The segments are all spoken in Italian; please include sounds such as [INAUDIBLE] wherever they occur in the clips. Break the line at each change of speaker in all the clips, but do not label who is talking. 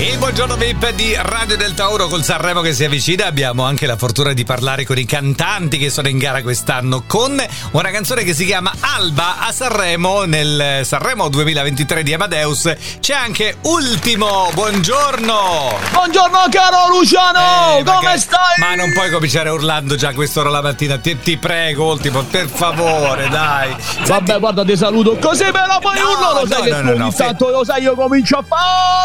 Il buongiorno VIP di Radio del Tauro col Sanremo che si avvicina. Abbiamo anche la fortuna di parlare con i cantanti che sono in gara quest'anno con una canzone che si chiama Alba a Sanremo nel Sanremo 2023 di Amadeus. C'è anche Ultimo. Buongiorno.
Buongiorno caro Luciano,
Eh, ma
Oh, come
che-
stai?
Ma non puoi cominciare urlando già a quest'ora la mattina. Ti, ti prego, Ultimo, per favore, dai.
Vabbè, guarda, ti saluto così però poi
No,
urlo, lo sai
no,
che
no,
tu
no,
ogni
no,
tanto lo sai io comincio a Oh, fare.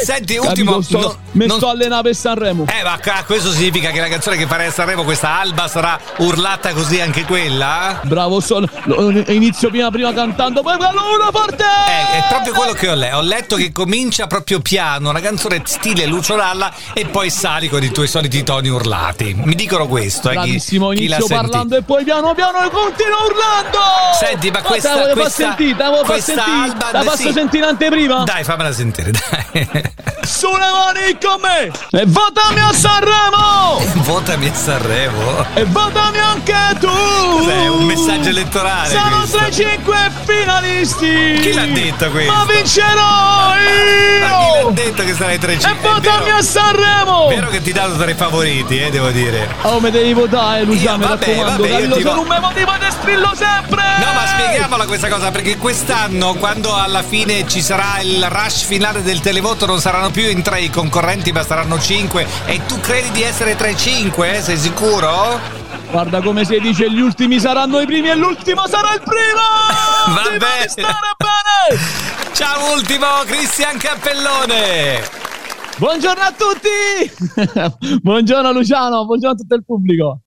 Eh, senti, Ultimo,
sto,
no-
mi
non-
sto allenando per Sanremo.
Eh, ma ca- questo significa che la canzone che farei a Sanremo, questa Alba, sarà urlata così anche quella?
Bravo, sono lo- eh, inizio prima prima cantando, poi quello uno forte.
Eh, è proprio quello che ho letto. Ho letto che comincia proprio piano, una canzone stile Lucio Lalla e poi sali con i tuoi soliti toni urlati. Mi dicono questo, eh, chi-
Bravissimo,
chi, l'ha
inizio
sentito.
parlando e poi piano piano continuo urlando. Ah,
Senti, ma questa-
la posso
questa-
sentire, te la posso
questa
sentire,
Alba-
la posso
sì.
sentire in anteprima?
Dai, fammela sentire, dai. [LAUGHS]
Sulle mani con me e votami a Sanremo.
Votami a Sanremo.
E votami anche tu!
Cos'è, un messaggio elettorale
Siamo
questo?
tra i cinque finalisti!
Chi l'ha detto questo?
Ma vincerò
Ma chi l'ha
io!
detto che sarai tra i
E
cinque? È
votami a
vero,
Sanremo!
vero che ti danno tra i favoriti, eh, devo dire.
Oh, me devi votare, Luciano, mi
vabbè,
raccomando,
vabbè, io
Danilo,
ti
sono
vo-
un memotivo e strillo sempre!
No, ma spieghiamola questa cosa, perché quest'anno, quando alla fine ci sarà il rush finale del televoto, non saranno più in tre i concorrenti, ma saranno cinque. E tu credi di essere tra i cinque? eh? Sei sicuro?
Guarda come si dice, gli ultimi saranno i primi e l'ultimo sarà il
[LAUGHS]
primo!
Va
Ti devi
bene.
stare bene!
Ciao ultimo, Cristian Cappellone!
[LAUGHS] Buongiorno a tutti! buongiorno Luciano, buongiorno a tutto il pubblico!